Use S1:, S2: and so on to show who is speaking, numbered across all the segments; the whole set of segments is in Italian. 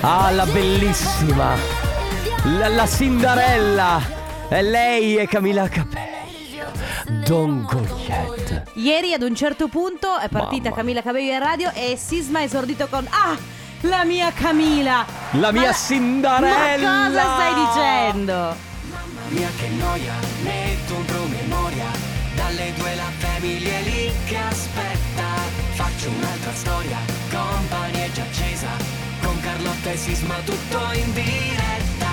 S1: Ah, la bellissima. La, la Cinderella. E lei è Camila Capello. Don Gogliette.
S2: Ieri ad un certo punto è partita
S1: Mamma.
S2: Camilla Cabello in radio e Sisma ha esordito con Ah, la mia Camila!
S1: La
S2: Ma
S1: mia
S2: Ma
S1: Cinderella.
S2: cosa stai dicendo?
S3: Mia che noia, metto un promemoria. Dalle due la famiglia è lì che aspetta. Faccio un'altra storia, company è già accesa. Con Carlotta e Sisma tutto in diretta.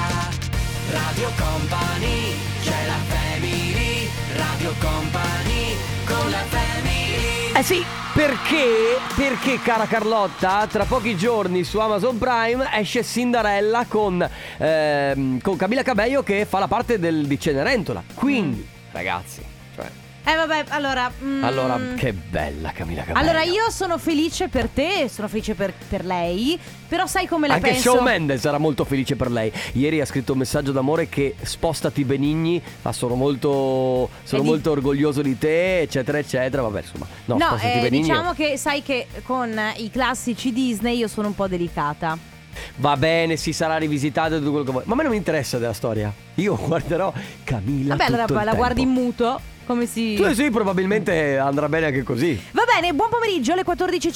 S3: Radio Company, c'è la family. Radio Company, con la family.
S1: Eh sì, perché, perché cara Carlotta, tra pochi giorni su Amazon Prime esce Cinderella con, ehm, con Camila Cabello che fa la parte del- di Cenerentola. Quindi, ragazzi, cioè,
S2: Eh vabbè, allora. mm,
S1: allora che bella Camila Cabello.
S2: Allora io sono felice per te, sono felice per, per lei, però sai come la
S1: Anche
S2: penso?
S1: Shawn Mendes era molto felice per lei. Ieri ha scritto un messaggio d'amore che spostati Benigni, ma sono molto, sono
S2: di-
S1: molto orgoglioso di te, eccetera, eccetera. Vabbè, insomma, no,
S2: no,
S1: spostati
S2: eh,
S1: Benigni.
S2: diciamo che sai che con i classici Disney io sono un po' delicata.
S1: Va bene, si sarà rivisitato e tutto quello che vuoi. Ma a me non mi interessa della storia. Io guarderò Camilla.
S2: Vabbè,
S1: tutto
S2: allora
S1: il
S2: la
S1: tempo.
S2: guardi in muto, come si...
S1: Tu sì, probabilmente andrà bene anche così.
S2: Va bene, buon pomeriggio, alle 14.05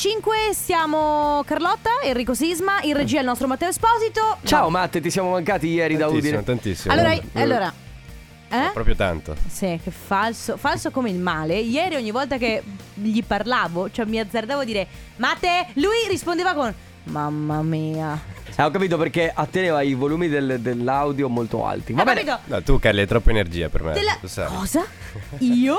S2: siamo Carlotta, Enrico Sisma, in regia il nostro Matteo Esposito.
S1: Ciao Matte, ti siamo mancati ieri da
S4: Tantissimo,
S1: Udine.
S4: tantissimo.
S2: Allora,
S4: Eh,
S2: allora... Eh?
S4: Proprio tanto.
S2: Sì, che falso, falso come il male. Ieri ogni volta che gli parlavo, cioè mi azzardavo a dire Mate, lui rispondeva con Mamma mia.
S1: Eh, ho capito perché atteneva i volumi del- dell'audio molto alti. Va
S2: Hai
S1: bene.
S2: capito?
S4: No, tu Kelly hai troppa energia per me.
S2: Della-
S4: lo sai.
S2: Cosa? Io?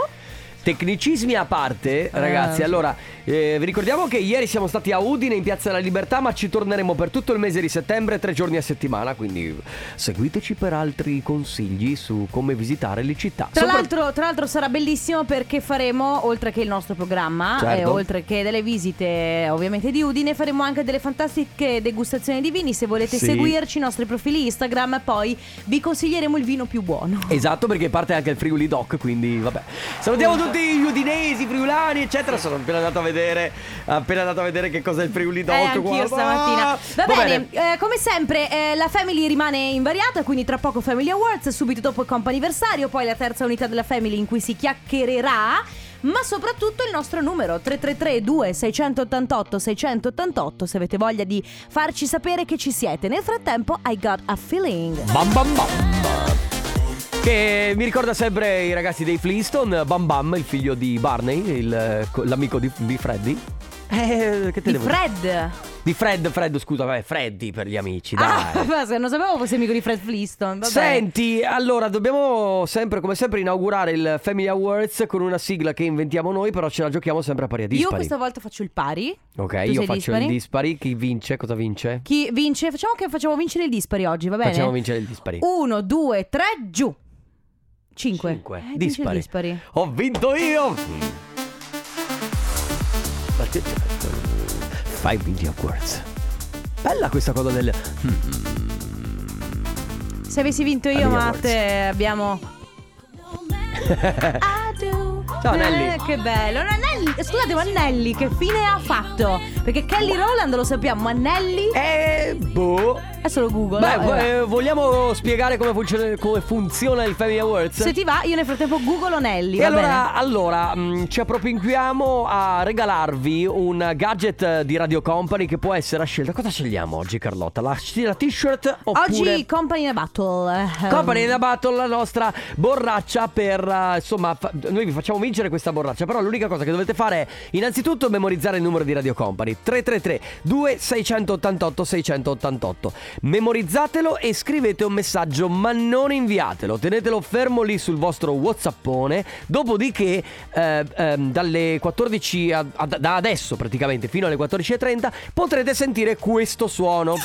S1: Tecnicismi a parte, ragazzi.
S2: Eh.
S1: Allora, eh, vi ricordiamo che ieri siamo stati a Udine in Piazza della Libertà, ma ci torneremo per tutto il mese di settembre, tre giorni a settimana. Quindi seguiteci per altri consigli su come visitare le città.
S2: Tra,
S1: Sopra-
S2: l'altro, tra l'altro sarà bellissimo perché faremo, oltre che il nostro programma,
S1: Certo.
S2: e oltre che delle visite ovviamente di Udine, faremo anche delle fantastiche degustazioni di vini. Se volete
S1: Sì.
S2: seguirci, i nostri profili Instagram, poi vi consiglieremo il vino più buono.
S1: Esatto, perché parte anche il Friuli Doc, quindi vabbè. Salutiamo tutti gli udinesi, i friulani, eccetera. Sono appena andato a vedere, appena andato a vedere che cos'è il Friuli Doc.
S2: Eh, anch'io
S1: guarda.
S2: stamattina. Va, bene, eh, come sempre eh, la Family rimane invariata, quindi tra poco Family Awards, subito dopo il comp anniversario, poi la terza unità della Family in cui si chiacchiererà, ma soprattutto il nostro numero 333 2688 688 se avete voglia di farci sapere che ci siete. Nel frattempo I got a feeling.
S1: Bam bam bam. Che mi ricorda sempre i ragazzi dei Flintstone, Bam Bam, il figlio di Barney, il, eh, co- l'amico di, di Freddy. Eh, che te
S2: Di
S1: devo
S2: Fred.
S1: dire? Di Fred, Fred, scusa, vabbè, Freddy per gli amici,
S2: Ah,
S1: dai.
S2: non sapevo fosse amico di Fred Flintstone. Vabbè.
S1: Senti, allora dobbiamo sempre, come sempre, inaugurare il Family Awards con una sigla che inventiamo noi, però ce la giochiamo sempre a pari e
S2: Io
S1: dispari.
S2: questa volta faccio il pari.
S1: Ok,
S2: Tu
S1: io
S2: sei
S1: faccio
S2: dispari?
S1: il dispari. Chi vince? Cosa vince?
S2: Chi vince? Facciamo che facciamo vincere il dispari oggi, va bene?
S1: Facciamo vincere il dispari.
S2: 1, 2, 3, giù. 5.
S1: Cinque. Dispari.
S2: dispari.
S1: Ho vinto io! Fai video awards. Bella questa cosa del.
S2: Se avessi vinto io,
S1: Family
S2: Matte, abbiamo.
S1: Ciao, Nelly.
S2: Eh, che bello. No, Nelly- Scusate, ma Nelly che fine ha fatto? Perché Kelly Rowland lo sappiamo, ma Nelly
S1: Eh, boh.
S2: è solo Google.
S1: Beh,
S2: eh,
S1: vo-
S2: vabbè.
S1: eh, vogliamo spiegare come funziona, come funziona il Family Awards?
S2: Se ti va, io nel frattempo Google Nelly.
S1: E
S2: va
S1: allora, allora, mh, ci appropinquiamo a regalarvi un gadget eh, di Radio Company che può essere a scelta. Cosa scegliamo oggi, Carlotta? La, la t-shirt
S2: bene.
S1: oppure...
S2: Oggi Company in a Battle. ehm,
S1: Company in a Battle, la nostra borraccia per, eh, insomma, fa- noi vi facciamo vincere questa borraccia, però l'unica cosa che dovete fare è innanzitutto memorizzare il numero di Radio Company, 333 2688 688. Memorizzatelo e scrivete un messaggio, ma non inviatelo, tenetelo fermo lì sul vostro Whatsappone, dopodiché eh, ehm, dalle 14 a- a- da adesso praticamente fino alle 14.30 potrete sentire questo suono.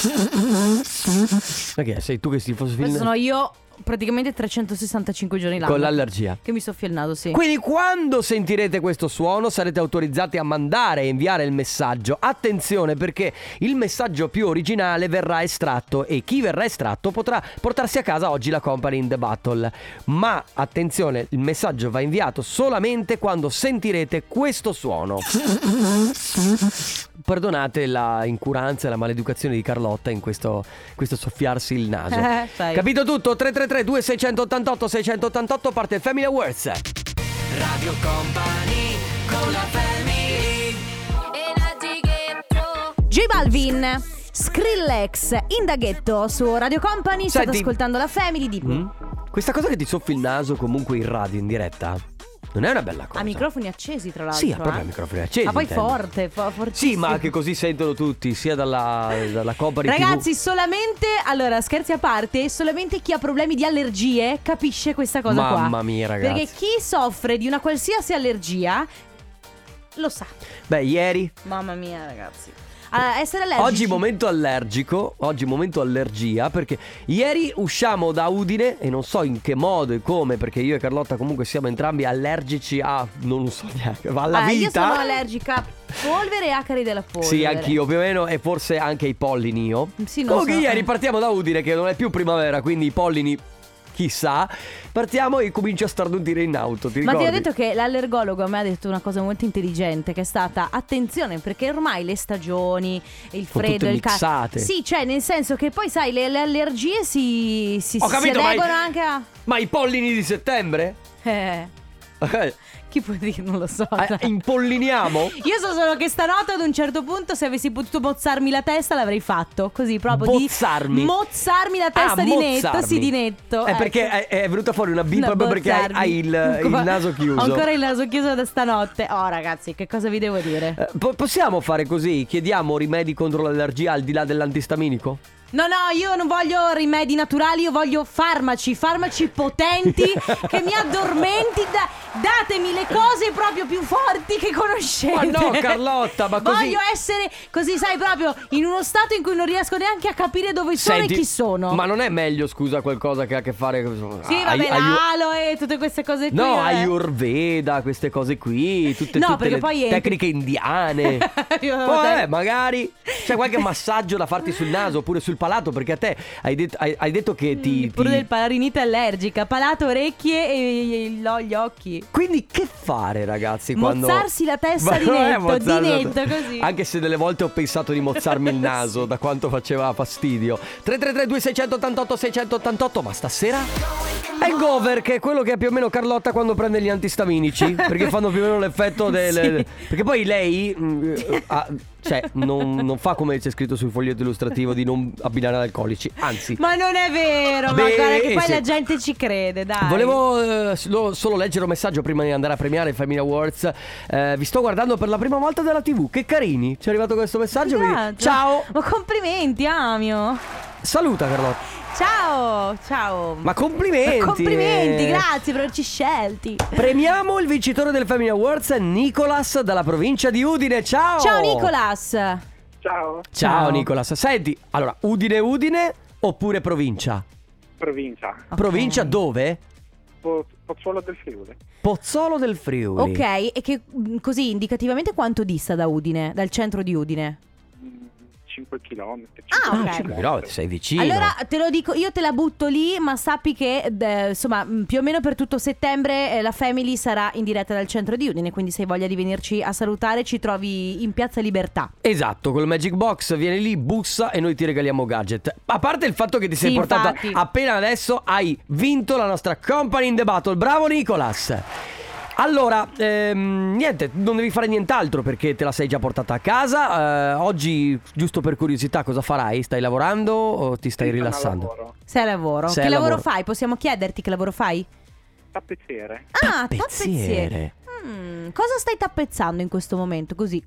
S1: Ma che è? sei tu che si fosse
S2: Questo sono io praticamente 365 giorni l'anno.
S1: Con l'allergia.
S2: Che mi soffia il naso, sì.
S1: Quindi quando sentirete questo suono sarete autorizzati a mandare e inviare il messaggio. Attenzione perché il messaggio più originale verrà estratto e chi verrà estratto potrà portarsi a casa oggi la company in the battle. Ma attenzione, il messaggio va inviato solamente quando sentirete questo suono. Perdonate la incuranza e la maleducazione di Carlotta in questo, questo soffiarsi il naso.
S2: Eh, sai.
S1: Capito tutto? 333 2688 688 parte il Family Awards.
S3: Radio Company con la family
S2: J Balvin, Skrillex, Indaghetto su Radio Company. State
S1: Senti.
S2: ascoltando la Family di.
S1: Mm? Questa cosa che ti soffi il naso comunque in radio in diretta non è una bella cosa.
S2: A microfoni accesi, tra l'altro.
S1: Sì, proprio a
S2: eh.
S1: microfoni accesi.
S2: Ma poi
S1: intendo.
S2: forte, fo- fortissimo.
S1: Sì, ma che così sentono tutti, sia dalla, dalla Company
S2: Ragazzi, solamente. Allora, scherzi a parte, solamente chi ha problemi di allergie capisce questa cosa qua.
S1: Mamma mia, ragazzi.
S2: Perché chi soffre di una qualsiasi allergia lo sa.
S1: TV. Beh, ieri,
S2: Mamma mia, ragazzi. Allora, essere allergici.
S1: oggi momento allergico, oggi momento allergia, perché ieri usciamo da Udine e non so in che modo e come, perché io e Carlotta comunque siamo entrambi allergici a, non lo so neanche, ma alla
S2: Ah,
S1: vita.
S2: Io sono allergica a polvere e acari della polvere.
S1: Sì, anch'io più o meno e forse anche i pollini io.
S2: Sì, non
S1: Comunque
S2: so.
S1: ieri partiamo da Udine che non è più primavera, quindi i pollini chissà. Partiamo e comincio a starnutire in auto, ti
S2: Ma
S1: ricordi?
S2: ti ho detto che l'allergologo a me ha detto una cosa molto intelligente che è stata attenzione perché ormai le stagioni, il
S1: Sono
S2: freddo,
S1: tutte
S2: il caldo.
S1: mixate.
S2: Sì, cioè nel senso che poi sai le, le allergie si, si,
S1: Ho
S2: si
S1: capito, ma i-
S2: regolano anche a...
S1: Ma i pollini di settembre?
S2: Eh,
S1: Eh,
S2: chi può dire, non lo so.
S1: eh, impolliniamo?
S2: Io so solo che stanotte ad un certo punto se avessi potuto mozzarmi la testa l'avrei fatto, così proprio
S1: Bozzarmi?
S2: di... Mozzarmi la testa
S1: Ah,
S2: di
S1: mozzarmi.
S2: netto, sì di netto.
S1: Eh,
S2: ecco.
S1: perché è, è venuta fuori una B
S2: Da
S1: proprio perché hai,
S2: bozzarmi.
S1: hai il, il
S2: Ancora-
S1: naso chiuso.
S2: Ho ancora il naso chiuso da stanotte. Oh, ragazzi, che cosa vi devo dire?
S1: Eh, po- possiamo fare così? Chiediamo rimedi contro l'allergia al di là dell'antistaminico?
S2: No, no, io non voglio rimedi naturali, io voglio farmaci, farmaci potenti che mi addormenti. da- datemi le cose proprio più forti che conoscete.
S1: Ma no, Carlotta, ma così-
S2: Voglio essere così, sai, proprio in uno stato in cui non riesco neanche a capire dove sono
S1: Senti,
S2: e chi sono.
S1: Ma non è meglio, scusa, qualcosa che ha a che fare con.
S2: Sì,
S1: ai-
S2: vabbè,
S1: ai-
S2: l'aloe e tutte queste cose qui.
S1: No,
S2: vabbè.
S1: Ayurveda, queste cose qui, tutte,
S2: No,
S1: tutte
S2: perché
S1: le
S2: poi entri-
S1: tecniche indiane. Poi,
S2: Io avevo
S1: vabbè,
S2: detto-
S1: magari Cioè, c'è qualche massaggio da farti sul naso oppure sul palato, perché a te hai, det- hai- hai detto che ti...
S2: Mm, Pure
S1: ti-
S2: del palarinite allergica, palato, orecchie e e- no, gli occhi.
S1: Quindi che fare ragazzi quando...
S2: Mozzarsi la testa di
S1: non è
S2: netto,
S1: mozzarsi
S2: di
S1: la
S2: netto,
S1: testa.
S2: così.
S1: Anche se delle volte ho pensato di mozzarmi il naso da quanto faceva fastidio 333 688 688 ma stasera... Hangover che è quello che ha più o meno Carlotta quando prende gli antistaminici Perché fanno più o meno l'effetto del...
S2: Sì.
S1: Perché poi lei... mm, eh, ha- cioè non, non fa come c'è scritto sul foglietto illustrativo di non abbinare ad alcolici Anzi
S2: Ma non è vero, ma
S1: Beh,
S2: guarda che poi
S1: sì.
S2: la gente ci crede, dai.
S1: Volevo eh, solo, solo leggere un messaggio prima di andare a premiare il Family Awards. Eh, vi sto guardando per la prima volta dalla TV. Che carini! Ci è arrivato questo messaggio. mi-
S2: Esatto.
S1: Ciao!
S2: Ma complimenti, Amio.
S1: Saluta Carlotta.
S2: Ciao, ciao.
S1: Ma complimenti!
S2: Ma complimenti,
S1: eh.
S2: grazie per averci scelti.
S1: Premiamo il vincitore del Family Awards, Nicolas, dalla provincia di Udine. Ciao!
S2: Ciao Nicolas.
S4: Ciao,
S1: Ciao
S2: Ciao.
S1: Nicolas. Senti, allora, Udine Udine oppure provincia?
S4: provincia,
S1: Provincia dove?
S4: Po- Pozzuolo del Friuli,
S1: Pozzolo del Friuli.
S2: Ok, e che mh, così indicativamente quanto dista da Udine, dal centro di Udine?
S4: 5 km.
S2: Ah, ok.
S1: Però sei vicino.
S2: Allora te lo dico, io te la butto lì, ma sappi che eh, insomma mh, più o meno per tutto settembre eh, la Family sarà in diretta dal centro di Udine, quindi se hai voglia di venirci a salutare ci trovi in Piazza Libertà.
S1: Esatto, col Magic Box vieni lì, bussa e noi ti regaliamo gadget. A parte il fatto che ti sei
S2: Sì,
S1: portata
S2: infatti.
S1: appena adesso, hai vinto la nostra Company in the Battle. Bravo Nicolas! Allora, ehm, niente, non devi fare nient'altro perché te la sei già portata a casa. Eh, oggi, giusto per curiosità, cosa farai? Stai lavorando o ti stai rilassando?
S2: Sei a lavoro.
S1: Sei
S2: che
S1: al
S2: lavoro
S1: lavoro.
S2: fai? Possiamo chiederti che lavoro fai?
S4: Tappezziere,
S2: Ah,
S1: Tappezziere.
S2: tappezziere. Mm, cosa stai tappezzando in questo momento? Così,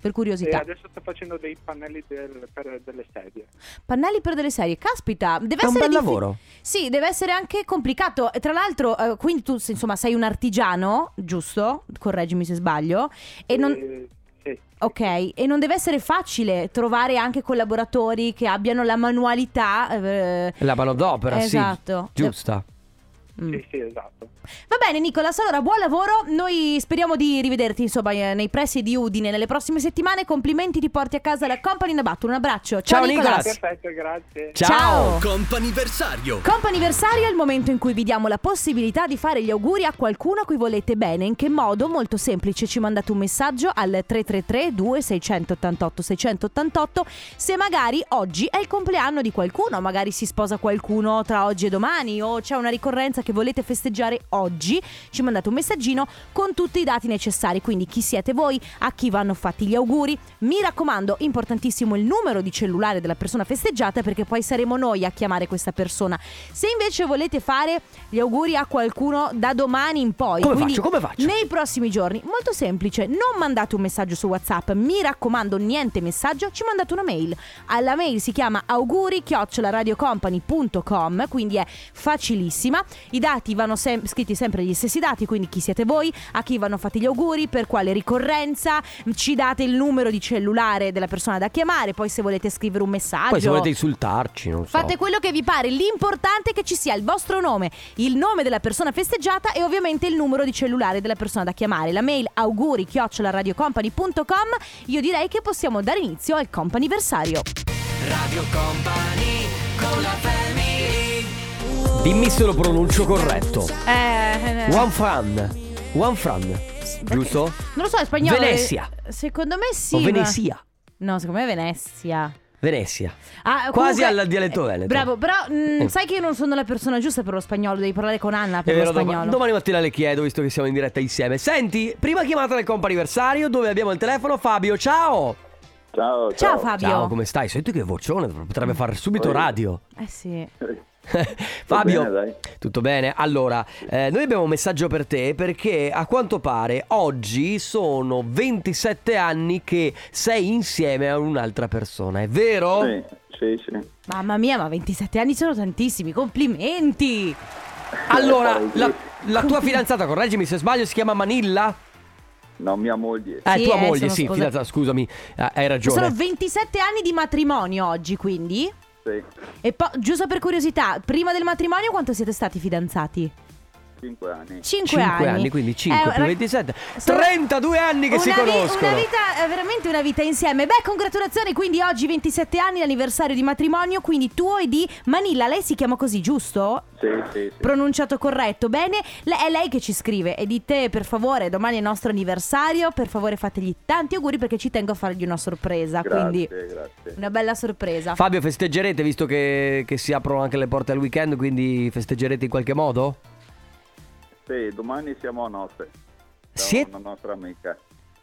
S2: per
S4: e
S2: curiosità.
S4: adesso sto facendo dei pannelli del- per delle sedie.
S2: Pannelli per delle serie. Caspita, deve
S1: È un
S2: essere
S1: bel
S2: diffi-
S1: lavoro.
S2: Sì, deve essere anche complicato. E Tra l'altro, eh, quindi tu se- insomma sei un artigiano, giusto? Correggimi se sbaglio. E non...
S4: Eh, sì.
S2: Ok, e non deve essere facile trovare anche collaboratori che abbiano la manualità. eh,
S1: La manodopera,
S2: Esatto.
S1: sì. Giusta.
S2: mm.
S4: Sì, sì, esatto.
S2: Va bene Nicolas, allora buon lavoro, noi speriamo di rivederti insomma eh, nei pressi di Udine nelle prossime settimane, complimenti ti porti a casa la Company Nabatto, un abbraccio, ciao,
S1: Ciao, Nicolas.
S2: Nicolas.
S4: Ah, Perfetto, grazie.
S2: Ciao.
S3: Comp'anniversario
S2: Comp'anniversario è il momento in cui vi diamo la possibilità di fare gli auguri a qualcuno a cui volete bene. In che modo? Molto semplice, ci mandate un messaggio al 333 2688 688 se magari oggi è il compleanno di qualcuno, magari si sposa qualcuno tra oggi e domani o c'è una ricorrenza che volete festeggiare oggi, ci mandate un messaggino con tutti i dati necessari, quindi chi siete voi, a chi vanno fatti gli auguri. Mi raccomando, importantissimo il numero di cellulare della persona festeggiata perché poi saremo noi a chiamare questa persona. Se invece volete fare gli auguri a qualcuno da domani in poi,
S1: Come
S2: quindi
S1: faccio? Come faccio?
S2: nei prossimi giorni, molto semplice, non mandate un messaggio su WhatsApp, mi raccomando, niente messaggio, ci mandate una mail. Alla mail si chiama auguri@radiocompany.com, quindi è facilissima. I dati vanno sem- scritti sempre gli stessi dati, quindi chi siete voi, a chi vanno fatti gli auguri, per quale ricorrenza, ci date il numero di cellulare della persona da chiamare, poi se volete scrivere un messaggio.
S1: Poi se volete insultarci, non so.
S2: Fate quello che vi pare, l'importante è che ci sia il vostro nome, il nome della persona festeggiata e ovviamente il numero di cellulare della persona da chiamare. La mail auguri Io direi che possiamo dare inizio al comp'anniversario.
S3: Radio Company con la family
S1: Dimmi se lo pronuncio corretto.
S2: Eh,
S1: One Fran. One Fran. Giusto?
S2: non lo so, è spagnolo.
S1: Venezia.
S2: eh, Secondo me sì.
S1: o
S2: ma-
S1: Venezia.
S2: No, secondo me è Venezia.
S1: Venezia.
S2: Ah,
S1: Quasi
S2: comunque-
S1: al dialetto veneto.
S2: Bravo, però mh,
S1: Eh.
S2: sai che io non sono la persona giusta per lo spagnolo, devi parlare con Anna
S1: È
S2: per
S1: vero,
S2: lo
S1: dom-
S2: spagnolo.
S1: domani mattina le chiedo, visto che siamo in diretta insieme. Senti, prima chiamata del comp'anniversario dove abbiamo il telefono Fabio, ciao!
S5: Ciao,
S2: Ciao
S5: ciao.
S2: Fabio.
S1: Ciao, come stai? Senti che vocione, potrebbe fare subito
S5: Oi.
S1: radio.
S2: eh sì.
S1: Fabio,
S5: bene, dai.
S1: tutto bene? Allora, eh, noi abbiamo un messaggio per te perché a quanto pare oggi sono 27 anni che sei insieme a un'altra persona, è vero?
S5: Sì, sì, sì.
S2: Mamma mia, ma 27 anni sono tantissimi, complimenti!
S1: Allora,
S5: Dai, sì.
S1: la, la tua fidanzata, correggimi se sbaglio, si chiama Manilla?
S5: No, mia moglie.
S1: Eh,
S2: Sì,
S1: tua
S2: eh,
S1: moglie,
S2: sono-
S1: sì,
S2: scusa.
S1: fidanzata, scusami, eh, hai ragione.
S2: Sono 27 anni di matrimonio oggi, quindi.
S5: Sì,
S2: E poi, giusto per curiosità, prima del matrimonio quanto siete stati fidanzati?
S5: 5 anni.
S2: 5,
S1: 5 anni. quindi 5 più
S2: ra-
S1: 27,
S2: sono-
S1: 32 anni che si
S2: Una vi-
S1: conoscono.
S2: Una vita, eh, veramente una vita insieme. Beh, congratulazioni, quindi oggi 27 anni, l'anniversario di matrimonio, quindi tuo e di Manilla. Lei si chiama così, giusto?
S5: Sì, sì, sì.
S2: pronunciato corretto. Bene, le- è lei che ci scrive e dite per favore, domani è il nostro anniversario, per favore fategli tanti auguri perché ci tengo a fargli una sorpresa,
S5: grazie,
S2: quindi
S5: grazie.
S2: una bella sorpresa.
S1: Fabio, festeggerete visto che, che si aprono anche le porte al weekend, quindi festeggerete in qualche modo?
S5: Sì, domani siamo a nozze. Da
S1: Siete-
S5: una nostra amica.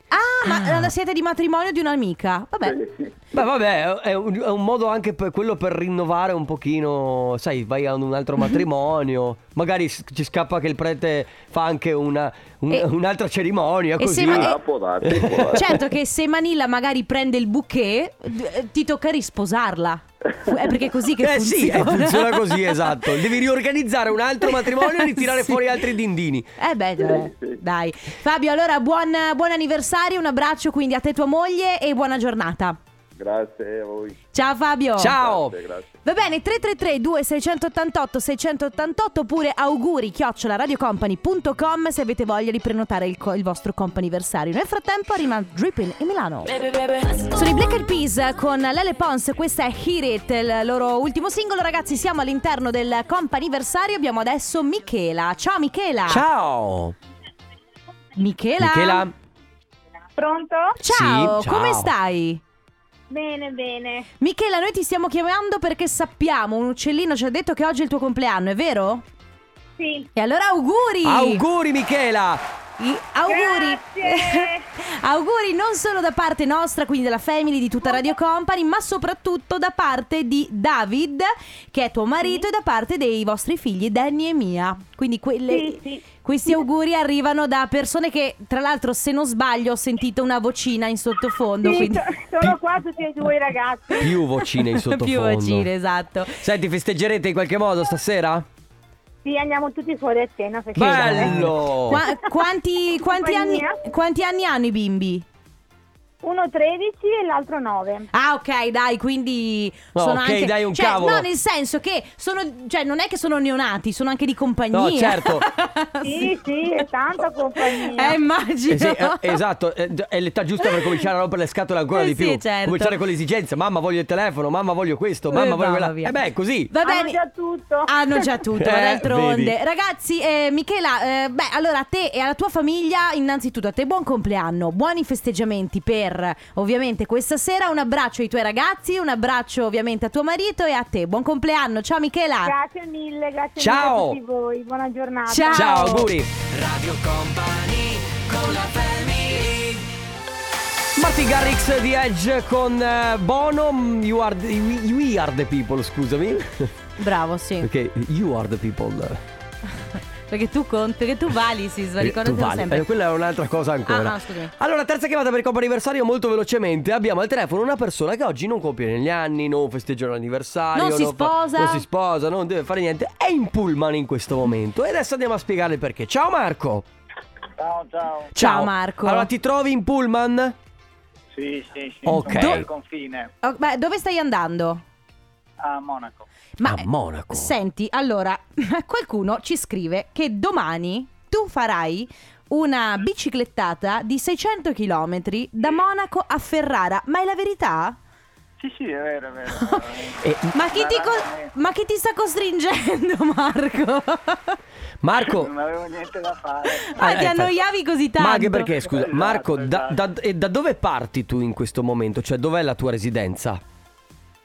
S2: ah, ma eh, siete di matrimonio di un'amica. Vabbè.
S5: Sì.
S1: Beh, vabbè, è un, è un modo anche per quello per rinnovare un pochino, sai, vai a un altro matrimonio, magari s- ci scappa che il prete fa anche una, un-
S2: E-
S1: un'altra cerimonia,
S2: e
S1: così.
S2: se ma-
S5: Ah, può darsi, può darsi.
S2: Certo che se Manilla magari prende il bouquet, d- eh, ti tocca risposarla. Fu- È perché è così che
S1: eh sì, eh,
S2: funziona.
S1: funziona così, esatto. Devi riorganizzare un altro matrimonio e ritirare
S2: Sì.
S1: fuori altri dindini.
S2: Eh beh, dai,
S5: sì.
S2: dai. Fabio, allora buon, buon anniversario, un abbraccio quindi a te e tua moglie e buona giornata.
S5: Grazie a voi.
S2: Ciao Fabio.
S1: Ciao!
S5: Grazie, grazie.
S2: Va bene, 333-2688-688 oppure auguri radiocompany.com se avete voglia di prenotare il, co- il vostro comp'anniversario. Nel frattempo arriva Drippin in Milano. Sono i Black Eyed Peas con Lele Pons, questa è Hear It, il loro ultimo singolo. Ragazzi, siamo all'interno del comp'anniversario, abbiamo adesso Michela. Ciao Michela!
S1: Ciao!
S2: Michela!
S1: Michela?
S6: Pronto?
S2: Ciao,
S1: Sì,
S2: come
S1: ciao.
S2: stai?
S6: Bene, bene.
S2: Michela, noi ti stiamo chiamando perché sappiamo, un uccellino ci ha detto che oggi è il tuo compleanno, è vero?
S6: Sì.
S2: E allora auguri!
S1: Auguri Michela!
S2: I- auguri!
S6: Grazie.
S2: auguri non solo da parte nostra, quindi della family di tutta Radio Company, ma soprattutto da parte di David, che è tuo marito, e da parte dei vostri figli Danny e Mia. Quindi quelle-
S6: Sì, sì.
S2: questi auguri arrivano da persone che, tra l'altro, se non sbaglio, ho sentito una vocina in sottofondo.
S6: Sì,
S2: quindi...
S6: so- sono qua tutti e due i ragazzi.
S1: Più vocine in
S2: Più
S1: sottofondo.
S2: vocine, esatto.
S1: Senti, festeggerete in qualche modo stasera?
S6: Sì, andiamo tutti fuori a cena. perché-
S1: Bello!
S2: Qua- quanti, quanti anni,
S6: Compagnia.
S2: quanti anni hanno i bimbi?
S6: Uno 13 e l'altro 9.
S2: Ah, ok, dai, quindi
S1: No,
S2: sono
S1: ok,
S2: anche
S1: dai, un
S2: cioè,
S1: cavolo.
S2: No, nel senso che sono cioè non è che sono neonati, sono anche di compagnia.
S1: No, certo.
S6: Sì, sì, è tanta compagnia.
S2: Ah, Eh, immagino.
S1: Eh sì, eh, esatto, eh, d- è l'età giusta per cominciare a rompere le scatole ancora di
S2: Eh sì,
S1: più.
S2: certo.
S1: Cominciare con le esigenze, mamma voglio il telefono, mamma voglio questo, mamma
S2: Eh,
S1: voglio
S2: mamma
S1: quella.
S2: mia.
S1: E beh, è così.
S2: Va
S6: Hanno
S2: bene. Ah,
S6: già tutto.
S2: Hanno già tutto,
S1: Eh,
S2: d'altronde.
S1: vedi.
S2: Ragazzi, eh, Michela, eh, beh, allora a te e alla tua famiglia, innanzitutto a te buon compleanno, buoni festeggiamenti per ovviamente questa sera. Un abbraccio ai tuoi ragazzi, un abbraccio ovviamente a tuo marito e a te. Buon compleanno, ciao Michela.
S6: Grazie mille, grazie
S1: Ciao.
S6: mille a tutti voi. Buona giornata.
S2: Ciao.
S1: Ciao, auguri.
S3: Radio Company con la family
S1: Martin Garrix di Edge con eh, Bono. mm, You are, the, you- we are the people, scusami.
S2: Bravo, sì.
S1: Perché you are the people.
S2: Perché tu conti, perché tu vali, Sisma,
S1: Eh, tu
S2: ricordatelo
S1: vali.
S2: sempre.
S1: Eh, quella è un'altra cosa ancora.
S2: Ah, ah, scusami.
S1: allora, terza chiamata per il compo anniversario, molto velocemente. Abbiamo al telefono una persona che oggi non compie negli anni, non festeggia l'anniversario,
S2: Non si
S1: fa-
S2: sposa.
S1: non si sposa, non deve fare niente. È in pullman in questo momento. E adesso andiamo a spiegare il perché. Ciao Marco.
S5: Ciao, ciao.
S2: Ciao, Marco.
S1: Allora, ti trovi in pullman?
S5: Sì, sì, sì.
S1: Ok.
S5: Sono al confine,
S1: eh.
S2: Oh, beh, dove stai andando?
S5: a Monaco.
S1: A Monaco.
S2: Senti, allora, qualcuno ci scrive che domani tu farai una biciclettata di 600 km da Monaco a Ferrara. Ma è la verità?
S5: Sì, sì, è vero, è vero. è vero.
S1: Eh,
S2: Ma chi ti, co-
S5: Veramente.
S2: ma chi ti sta costringendo, Marco?
S1: Marco.
S5: Non avevo niente da fare.
S2: Ma
S1: eh,
S2: ti
S1: fa-
S2: annoiavi così tanto?
S1: Ma anche perché, scusa,
S5: Esatto,
S1: Marco, da,
S5: esatto.
S1: da- e da dove parti tu in questo momento? Cioè, dov'è la tua residenza?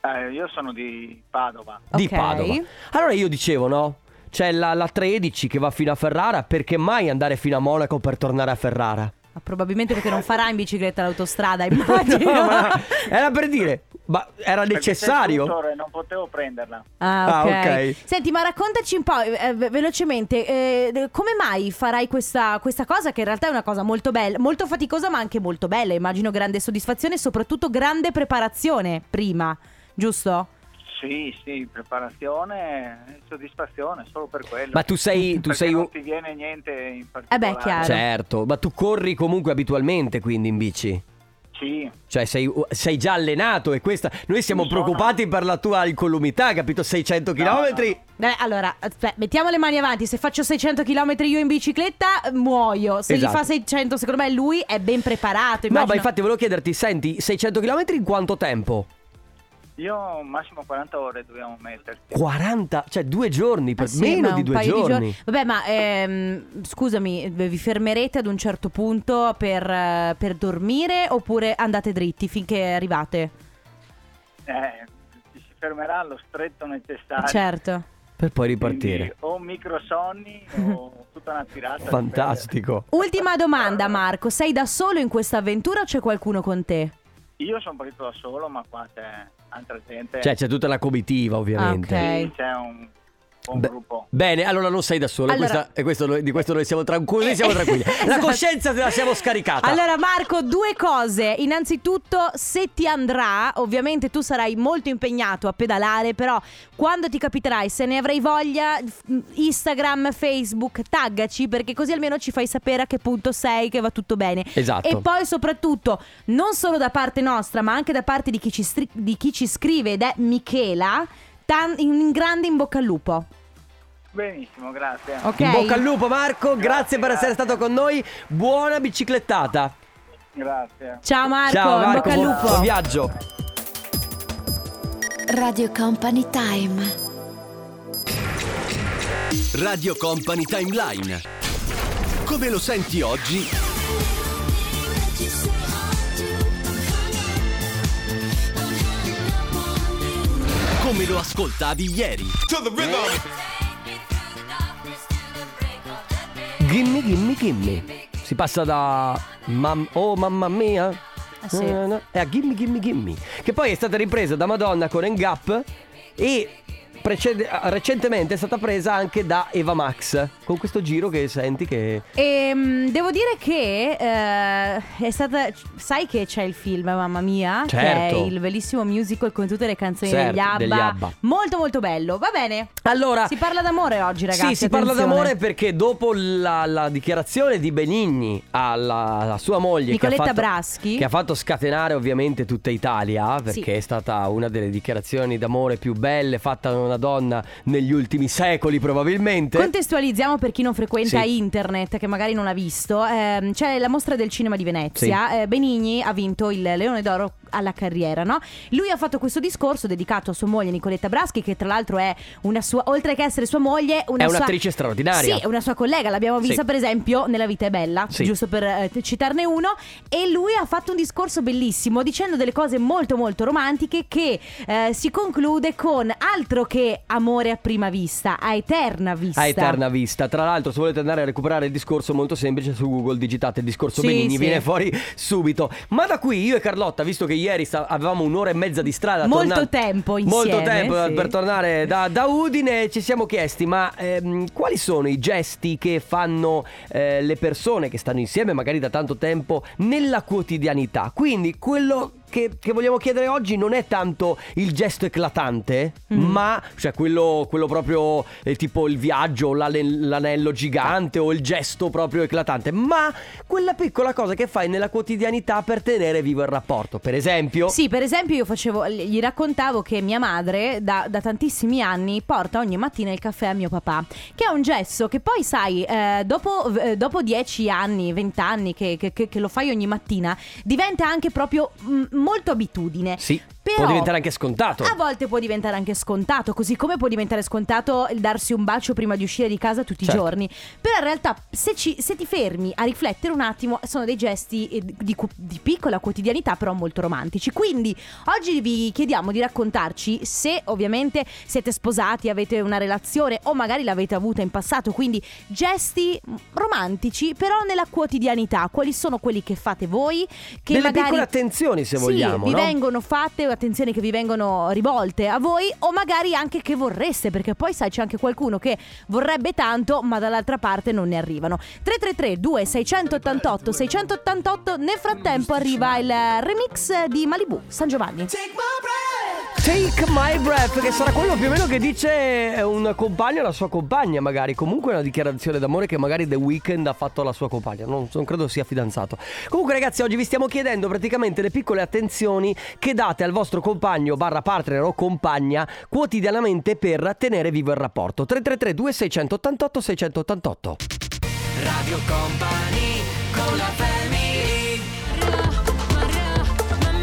S5: Eh, io sono di Padova.
S1: Di
S2: Ok.
S1: Padova. Allora io dicevo, no? C'è la, la 13 che va fino a Ferrara, perché mai andare fino a Monaco per tornare a Ferrara?
S2: Ma probabilmente perché non farai in bicicletta l'autostrada, Eh, immagino.
S1: No, ma- era per dire, ma era
S5: Perché c'è il
S1: necessario?
S5: tutore, non potevo prenderla.
S2: Ah, ok.
S1: Ah, ok.
S2: Senti, ma raccontaci un po' eh, ve- velocemente, eh, de- come mai farai questa, questa cosa che in realtà è una cosa molto bella, molto faticosa ma anche molto bella, immagino grande soddisfazione e soprattutto grande preparazione prima, giusto?
S5: Sì, sì, preparazione e soddisfazione, solo per quello.
S1: Ma tu sei, tu
S5: Perché
S1: sei un...
S5: non ti viene niente in
S2: Eh
S5: particolare.
S2: beh, chiaro.
S1: Certo, ma tu corri comunque abitualmente quindi in bici?
S5: Sì,
S1: Cioè sei, sei già allenato e questa... Noi siamo
S5: Sono.
S1: preoccupati per la tua incolumità, capito? 600
S5: No,
S1: chilometri
S2: Beh, Eh, allora, aspe- mettiamo le mani avanti, se faccio 600 km io in bicicletta eh, muoio, se
S1: Esatto.
S2: li fa 600 secondo me lui è ben preparato,
S1: No,
S2: immagino.
S1: ma infatti volevo chiederti, senti, 600 km in quanto tempo?
S5: io massimo 40 ore dobbiamo metterti.
S1: 40, cioè due giorni, per
S2: Ah, sì,
S1: meno
S2: ma
S1: di
S2: un
S1: due
S2: paio
S1: giorni.
S2: Vabbè, ma ehm, scusami, vi fermerete ad un certo punto per, eh, per dormire oppure andate dritti finché arrivate?
S5: Eh, ci si fermerà allo stretto necessario.
S2: Certo.
S1: Per poi
S5: Quindi
S1: ripartire.
S5: O microsonni o tutta una tirata. di
S1: Fantastico.
S2: Ultima domanda, Marco, sei da solo in questa avventura o c'è qualcuno con te?
S5: pelle. Io sono partito da solo, ma qua c'è altra gente.
S1: Cioè, c'è tutta la comitiva, ovviamente.
S2: Ah, ok.
S5: Sì, c'è un, un
S1: Beh,
S5: gruppo.
S1: Bene, allora non sei da solo.
S2: Allora-
S1: questa- e questo noi- di questo noi siamo tranquilli. siamo tranquilli. La
S2: Esatto.
S1: coscienza te la siamo scaricata.
S2: Allora Marco, due cose. Innanzitutto, se ti andrà, ovviamente tu sarai molto impegnato a pedalare, però quando ti capiterai, se ne avrai voglia, f- Instagram, Facebook, taggaci perché così almeno ci fai sapere a che punto sei, che va tutto bene.
S1: Esatto.
S2: E poi soprattutto, non solo da parte nostra, ma anche da parte di chi ci, stri- di chi ci scrive ed è Michela, tan- in grande in bocca al lupo.
S5: Benissimo, grazie.
S2: Ok?
S1: In bocca al lupo, Marco. Grazie,
S5: Grazie,
S1: per essere
S5: grazie.
S1: stato con noi. Buona biciclettata.
S5: Grazie.
S2: Ciao Marco,
S1: Ciao,
S2: in
S1: Marco.
S2: bocca al
S1: buon-
S2: lupo.
S1: buon viaggio.
S7: Radio Company Time.
S8: Radio Company Timeline. Come lo senti oggi? Come lo ascoltavi ieri?
S1: Gimme, gimme, gimme. Si passa da mam- Oh mamma mia.
S2: Ah, sì.
S1: Eh, no. Eh, a gimme, gimme, gimme. Che poi è stata ripresa da Madonna con Engap e precede- recentemente è stata presa anche da Eva Max. Con questo giro che senti che...
S2: Ehm, devo dire che eh, è stata. Sai che c'è il film, mamma mia?
S1: Certo.
S2: Che è il bellissimo musical con tutte le canzoni
S1: Certo,
S2: degli, Abba.
S1: degli ABBA.
S2: Molto, molto bello. Va bene.
S1: Allora...
S2: Si parla d'amore oggi, ragazzi.
S1: Sì, si parla
S2: attenzione.
S1: d'amore perché dopo la, la dichiarazione di Benigni alla, alla sua moglie che
S2: Nicoletta
S1: ha fatto,
S2: Braschi.
S1: che ha fatto scatenare ovviamente tutta Italia perché
S2: Sì.
S1: è stata una delle dichiarazioni d'amore più belle fatta da una donna negli ultimi secoli probabilmente.
S2: Contestualizziamo per chi non frequenta
S1: Sì.
S2: internet, che magari non ha visto. Ehm, c'è la mostra del cinema di Venezia. Eh, Benigni ha vinto il Leone d'Oro alla carriera, no? Lui ha fatto questo discorso dedicato a sua moglie Nicoletta Braschi, che tra l'altro è una sua, oltre che essere sua moglie, una
S1: è
S2: sua-
S1: un'attrice straordinaria.
S2: Sì, è una sua collega, l'abbiamo
S1: Sì.
S2: vista per esempio nella Vita è Bella,
S1: Sì.
S2: giusto per eh, citarne uno, e lui ha fatto un discorso bellissimo dicendo delle cose molto molto romantiche che eh, si conclude con altro che amore a prima vista, a eterna vista.
S1: A eterna vista. Tra l'altro, se volete andare a recuperare il discorso molto semplice su Google, digitate il discorso
S2: Sì,
S1: Benigni,
S2: sì.
S1: viene fuori subito. Ma da qui io e Carlotta, visto che ieri sta- avevamo un'ora e mezza di strada,
S2: Molto
S1: tornando-
S2: tempo
S1: molto
S2: insieme,
S1: tempo
S2: sì.
S1: per tornare da, da Udine, ci siamo chiesti: ma ehm, quali sono i gesti che fanno eh, le persone che stanno insieme, magari da tanto tempo, nella quotidianità? Quindi quello. Che, che vogliamo chiedere oggi non è tanto il gesto eclatante,
S2: Mm.
S1: ma cioè quello, quello proprio eh, tipo il viaggio, l'ane- l'anello gigante o il gesto proprio eclatante, ma quella piccola cosa che fai nella quotidianità per tenere vivo il rapporto. Per esempio,
S2: Sì, per esempio io facevo, gli raccontavo che mia madre da, da tantissimi anni porta ogni mattina il caffè a mio papà, che è un gesto che poi sai, eh, dopo, eh, dopo 10 anni, 20 anni che, che- che- che lo fai ogni mattina, diventa anche proprio mm, molto abitudine.
S1: Sì, può
S2: Però-
S1: diventare anche scontato.
S2: A volte può diventare anche scontato, così come può diventare scontato il darsi un bacio prima di uscire di casa tutti
S1: Certo.
S2: i giorni. Però in realtà, se, ci- se ti fermi a riflettere un attimo, sono dei gesti eh, di, cu- di piccola quotidianità, però molto romantici. Quindi oggi vi chiediamo di raccontarci se ovviamente siete sposati, avete una relazione o magari l'avete avuta in passato. Quindi gesti mm, romantici, però nella quotidianità. Quali sono quelli che fate voi? Che
S1: Delle
S2: magari...
S1: piccole attenzioni, se
S2: Sì,
S1: vogliamo,
S2: vi
S1: no?
S2: vengono fatte, attenzione che vi vengono rivolte a voi o magari anche che vorreste, perché poi sai c'è anche qualcuno che vorrebbe tanto ma dall'altra parte non ne arrivano. 333 2688 688 nel frattempo arriva il remix di Malibu San Giovanni.
S1: Take my breath, che sarà quello più o meno che dice un compagno alla sua compagna, magari. Comunque è una dichiarazione d'amore che magari The Weeknd ha fatto alla sua compagna. Non, non credo sia fidanzato. Comunque, ragazzi, oggi vi stiamo chiedendo praticamente le piccole attenzioni che date al vostro compagno, barra partner o compagna quotidianamente per tenere vivo il rapporto. 333 2688 688
S3: Radio Company con la family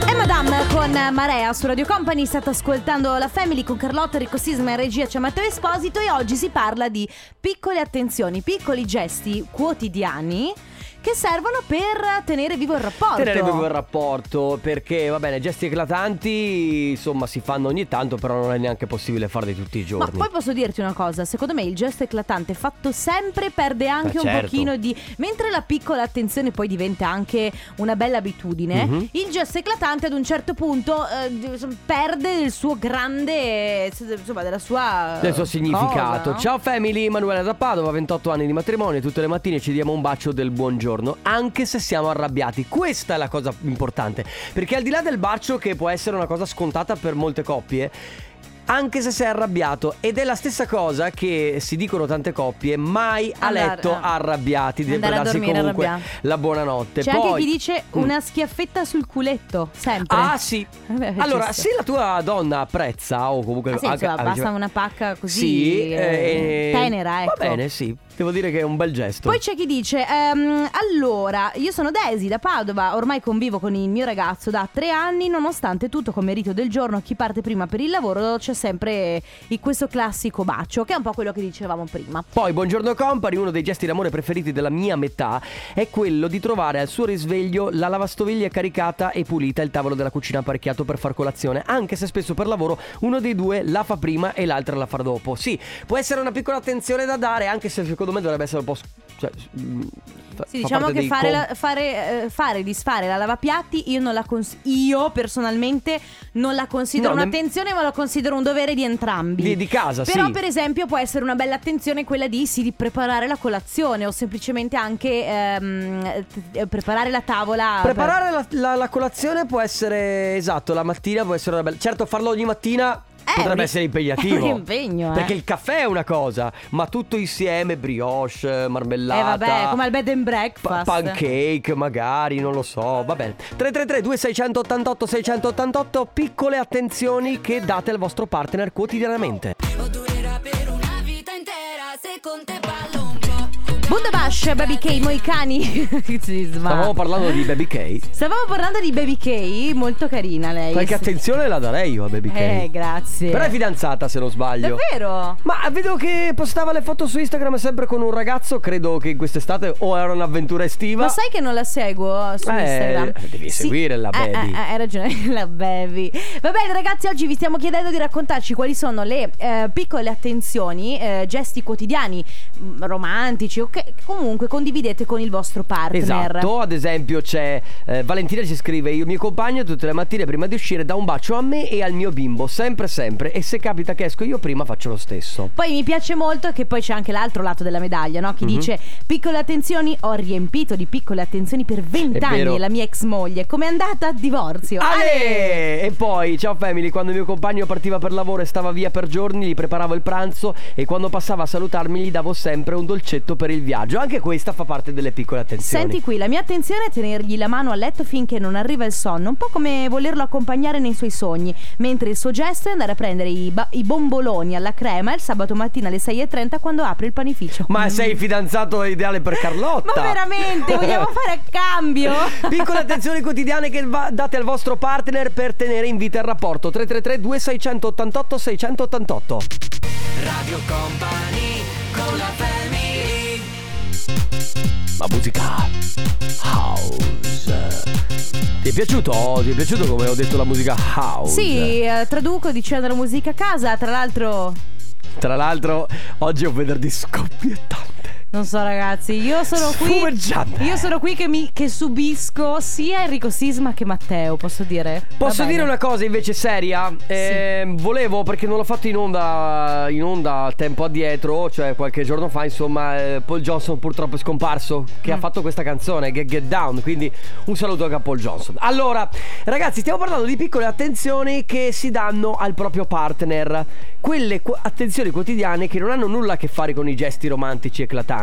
S2: E Madame con Marea su Radio Company state ascoltando la Family con Carlotta Ricco Sisma e regia c'è Matteo Esposito e oggi si parla di piccole attenzioni, piccoli gesti quotidiani che servono per tenere vivo il rapporto.
S1: Tenere vivo il rapporto perché, va bene, gesti eclatanti insomma si fanno ogni tanto, però non è neanche possibile farli tutti i
S2: Ma
S1: giorni.
S2: poi posso dirti una cosa, secondo me il gesto eclatante fatto sempre perde anche
S1: Ma
S2: un
S1: certo.
S2: pochino di... Mentre la piccola attenzione poi diventa anche una bella abitudine,
S1: Mhm.
S2: il gesto eclatante ad un certo punto eh, di- insomma, perde il suo grande... insomma della sua...
S1: del suo
S2: Eh, cosa,
S1: significato.
S2: no?
S1: Ciao family, Emanuela da Padova, 28 anni di matrimonio, tutte le mattine ci diamo un bacio del buongiorno, anche se siamo arrabbiati. Questa è la cosa importante, perché al di là del bacio che può essere una cosa scontata per molte coppie, anche se sei arrabbiato, ed è la stessa cosa che si dicono tante coppie, mai a
S2: Andare-
S1: letto
S2: ah.
S1: arrabbiati, deve
S2: Andare a
S1: darsi
S2: dormire
S1: comunque
S2: arrabbiati.
S1: la buonanotte.
S2: C'è
S1: Poi...
S2: anche chi dice
S1: Mm.
S2: una schiaffetta sul culetto, sempre.
S1: Ah sì.
S2: Eh beh,
S1: Allora,
S2: giusto.
S1: se la tua donna apprezza o comunque
S2: Ah, sì,
S1: anche-
S2: insomma,
S1: anche-
S2: basta una pacca così,
S1: Sì,
S2: eh,
S1: eh,
S2: tenera, ecco.
S1: Va bene, sì. Devo dire che è un bel gesto.
S2: Poi c'è chi dice, ehm, allora, io sono Daisy da Padova, ormai convivo con il mio ragazzo da tre anni, nonostante tutto come rito del giorno, chi parte prima per il lavoro c'è sempre il- questo classico bacio, che è un po' quello che dicevamo prima.
S1: Poi, buongiorno compari, uno dei gesti d'amore preferiti della mia metà è quello di trovare al suo risveglio la lavastoviglie caricata e pulita, il tavolo della cucina apparecchiato per far colazione, anche se spesso per lavoro uno dei due la fa prima e l'altra la fa dopo. Sì, può essere una piccola attenzione da dare, anche se secondo me dovrebbe essere un po' s- cioè, s- mh, fa
S2: Sì, diciamo
S1: parte
S2: che
S1: dei
S2: fare,
S1: com-
S2: la- fare, eh, fare, disfare la lavapiatti io, non la cons- io personalmente non la considero
S1: No, nem-
S2: un'attenzione, ma la considero un dovere di entrambi.
S1: Di- di casa,
S2: Però,
S1: sì.
S2: per esempio, può essere una bella attenzione quella di, sì, di preparare la colazione o semplicemente anche ehm, t- eh, preparare la tavola. per- Eh,
S1: Preparare la, la- la colazione può essere esatto, la mattina può essere una bella. Certo, farlo ogni mattina
S2: Eh,
S1: potrebbe
S2: un-
S1: essere impegnativo.
S2: è un impegno, eh.
S1: Perché il caffè è una cosa, ma tutto insieme, brioche, marmellata.
S2: Eh, vabbè, come al bed and
S1: pa-
S2: breakfast.
S1: pancake, magari, non lo so. Va bene. 333 2688 688 piccole attenzioni che date al vostro partner quotidianamente.
S2: Bundabash, Baby K, Moicani. Sì, sma-
S1: Stavamo parlando di Baby K.
S2: Stavamo parlando di Baby K, molto carina lei.
S1: Qualche attenzione la darei io a Baby K.
S2: Eh, grazie.
S1: Però è fidanzata, se non sbaglio.
S2: Davvero?
S1: Ma vedo che postava le foto su Instagram sempre con un ragazzo, credo che quest'estate o era un'avventura estiva.
S2: Ma sai che non la seguo su
S1: Eh,
S2: Instagram?
S1: devi seguire la
S2: Eh,
S1: Baby.
S2: eh, eh, hai ragione, la Baby. Va bene ragazzi, oggi vi stiamo chiedendo di raccontarci quali sono le eh, piccole attenzioni, eh, gesti quotidiani, mh, romantici o che comunque condividete con il vostro partner.
S1: Esatto, ad esempio c'è eh, Valentina ci scrive Io mio compagno tutte le mattine prima di uscire dà un bacio a me e al mio bimbo, sempre sempre E se capita che esco io prima faccio lo stesso
S2: Poi mi piace molto che poi c'è anche l'altro lato della medaglia, no?
S1: Mhm.
S2: Chi dice piccole attenzioni, ho riempito di piccole attenzioni per
S1: È
S2: 20
S1: vero.
S2: anni la mia ex moglie. Com'è andata? Divorzio.
S1: Ale! E poi, ciao family, quando mio compagno partiva per lavoro e stava via per giorni, gli preparavo il pranzo e quando passava a salutarmi gli davo sempre un dolcetto per il viaggio. Anche questa fa parte delle piccole attenzioni.
S2: Senti qui, la mia attenzione è tenergli la mano a letto finché non arriva il sonno, un po' come volerlo accompagnare nei suoi sogni, mentre il suo gesto è andare a prendere i, ba- i bomboloni alla crema il sabato mattina alle 6.30 quando apre il panificio.
S1: Ma sei il fidanzato ideale per Carlotta.
S2: Mm. Ma veramente, vogliamo fare a cambio?
S1: Piccole attenzioni quotidiane che va- date al vostro partner per tenere in vita il rapporto 333 2688 688.
S3: Radio Company con la family
S1: La musica house. Ti è piaciuto? Ti è piaciuto come ho detto la musica house?
S2: Sì, eh, traduco dicendo la musica a casa, tra l'altro...
S1: Tra l'altro, oggi è un venerdì scoppiettante.
S2: Non so ragazzi, io sono qui...
S1: Sfumeggiante.
S2: Io sono qui che, mi, che subisco sia Enrico Sisma che Matteo, posso dire?
S1: Posso
S2: Va
S1: dire
S2: bene.
S1: una cosa invece seria? Ehm, volevo, perché non l'ho fatto in onda, in onda tempo addietro, cioè qualche giorno fa, insomma, eh, Paul Johnson purtroppo è scomparso, che
S2: Mm.
S1: ha fatto questa canzone, Get, Get Down, quindi un saluto anche a Paul Johnson. Allora, ragazzi, stiamo parlando di piccole attenzioni che si danno al proprio partner, quelle qu- attenzioni quotidiane che non hanno nulla a che fare con i gesti romantici eclatanti,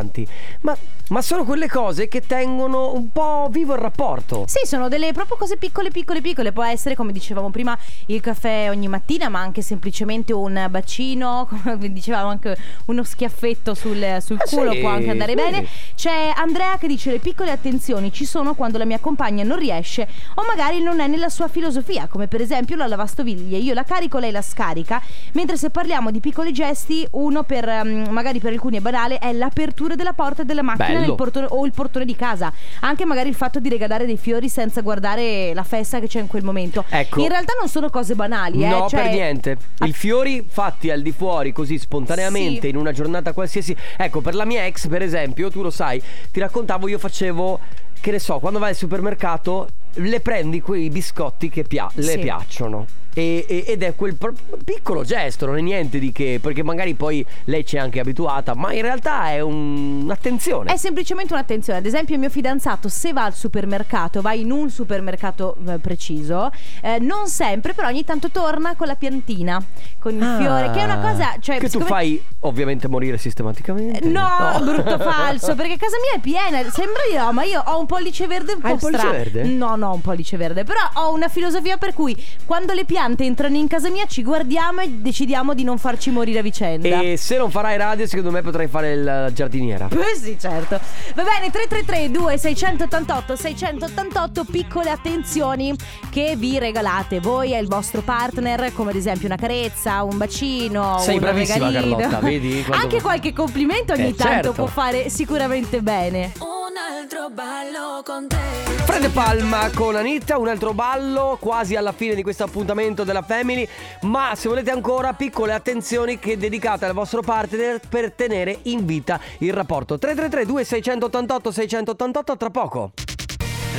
S1: ma, ma sono quelle cose che tengono un po' vivo il rapporto.
S2: Sì, sono delle proprio cose piccole, piccole, piccole. Può essere, come dicevamo prima, il caffè ogni mattina, ma anche semplicemente un bacino, come dicevamo, anche uno schiaffetto sul, sul
S1: Ah,
S2: culo
S1: sì,
S2: può anche andare
S1: sì.
S2: bene. C'è Andrea che dice: Le piccole attenzioni ci sono quando la mia compagna non riesce o magari non è nella sua filosofia, come per esempio la lavastoviglie. Io la carico, lei la scarica. Mentre se parliamo di piccoli gesti, uno per ehm, magari per alcuni è banale, è l'apertura della porta della macchina
S1: Bello.
S2: nel portone- o il portone di casa. Anche magari il fatto di regalare dei fiori senza guardare la festa che c'è in quel momento.
S1: Ecco.
S2: In realtà non sono cose banali, eh.
S1: No,
S2: cioè-
S1: per niente. I fiori fatti al di fuori così spontaneamente
S2: Sì.
S1: in una giornata qualsiasi. Ecco, per la mia ex, per esempio, tu lo sai, ti raccontavo, io facevo, che ne so, quando vai al supermercato le prendi quei biscotti che pia- le
S2: Sì.
S1: piacciono. E- e- ed è quel pro- piccolo gesto, non è niente di che, perché magari poi lei c'è anche abituata, ma in realtà è un- un'attenzione.
S2: È semplicemente un'attenzione. Ad esempio, il mio fidanzato, se va al supermercato, va in un supermercato eh, preciso, eh, non sempre, però ogni tanto torna con la piantina, con il
S1: Ah.
S2: fiore, che è una cosa. Cioè,
S1: che tu
S2: siccome-
S1: fai ovviamente morire sistematicamente.
S2: No, brutto falso, perché casa mia è piena. Sembra di no, ma io ho un pollice verde un po'
S1: Hai Ah, il pollice
S2: stra-
S1: verde?
S2: No, no, un pollice verde. Però ho una filosofia per cui quando le piante entrano in casa mia ci guardiamo e decidiamo di non farci morire a vicenda.
S1: E se non farai radio, secondo me potrai fare il giardiniera.
S2: Eh Sì, certo. Va bene, 333 2688 688 piccole attenzioni che vi regalate voi e il vostro partner, come ad esempio una carezza, un bacino,
S1: Sei
S2: un
S1: bravissima,
S2: regalino.
S1: Carlotta, vedi? Quando-
S2: Anche qualche complimento ogni
S1: Eh,
S2: tanto
S1: certo.
S2: può fare sicuramente bene.
S7: Un
S9: un altro ballo con te.
S1: Fred Palma con Anitta, un altro ballo quasi alla fine di questo appuntamento della Family, ma se volete ancora piccole attenzioni che dedicate al vostro partner per tenere in vita il rapporto. 333 2688 688 tra poco.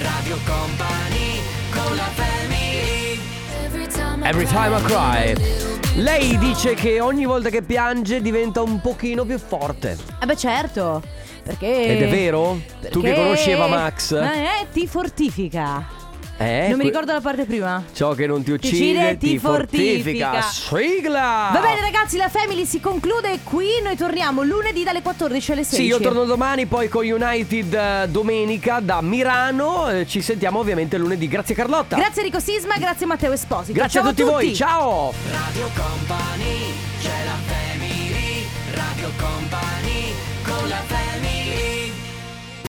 S3: Radio Company con la family
S1: Every time I cry. Lei dice che ogni volta che piange diventa un pochino più forte.
S2: Eh beh certo, perché...
S1: Ed è vero? Tu che
S2: Perché-
S1: conosceva Max?
S2: Ma, Eh, ti fortifica.
S1: Eh,
S2: non mi
S1: que-
S2: ricordo la parte prima.
S1: Ciò che non ti uccide,
S2: uccide,
S1: ti,
S2: ti
S1: fortifica.
S2: fortifica.
S1: Sigla!
S2: Va bene ragazzi, la Family si conclude qui, noi torniamo lunedì dalle 14 alle 16.
S1: Sì, io torno domani poi con United eh, domenica da Milano. Eh, Ci sentiamo ovviamente lunedì. Grazie Carlotta.
S2: Grazie Rico Sisma, grazie Matteo Esposito.
S1: Grazie
S2: Ciao
S1: a tutti, voi. Ciao.
S3: Radio Company c'è la family Radio Company con la family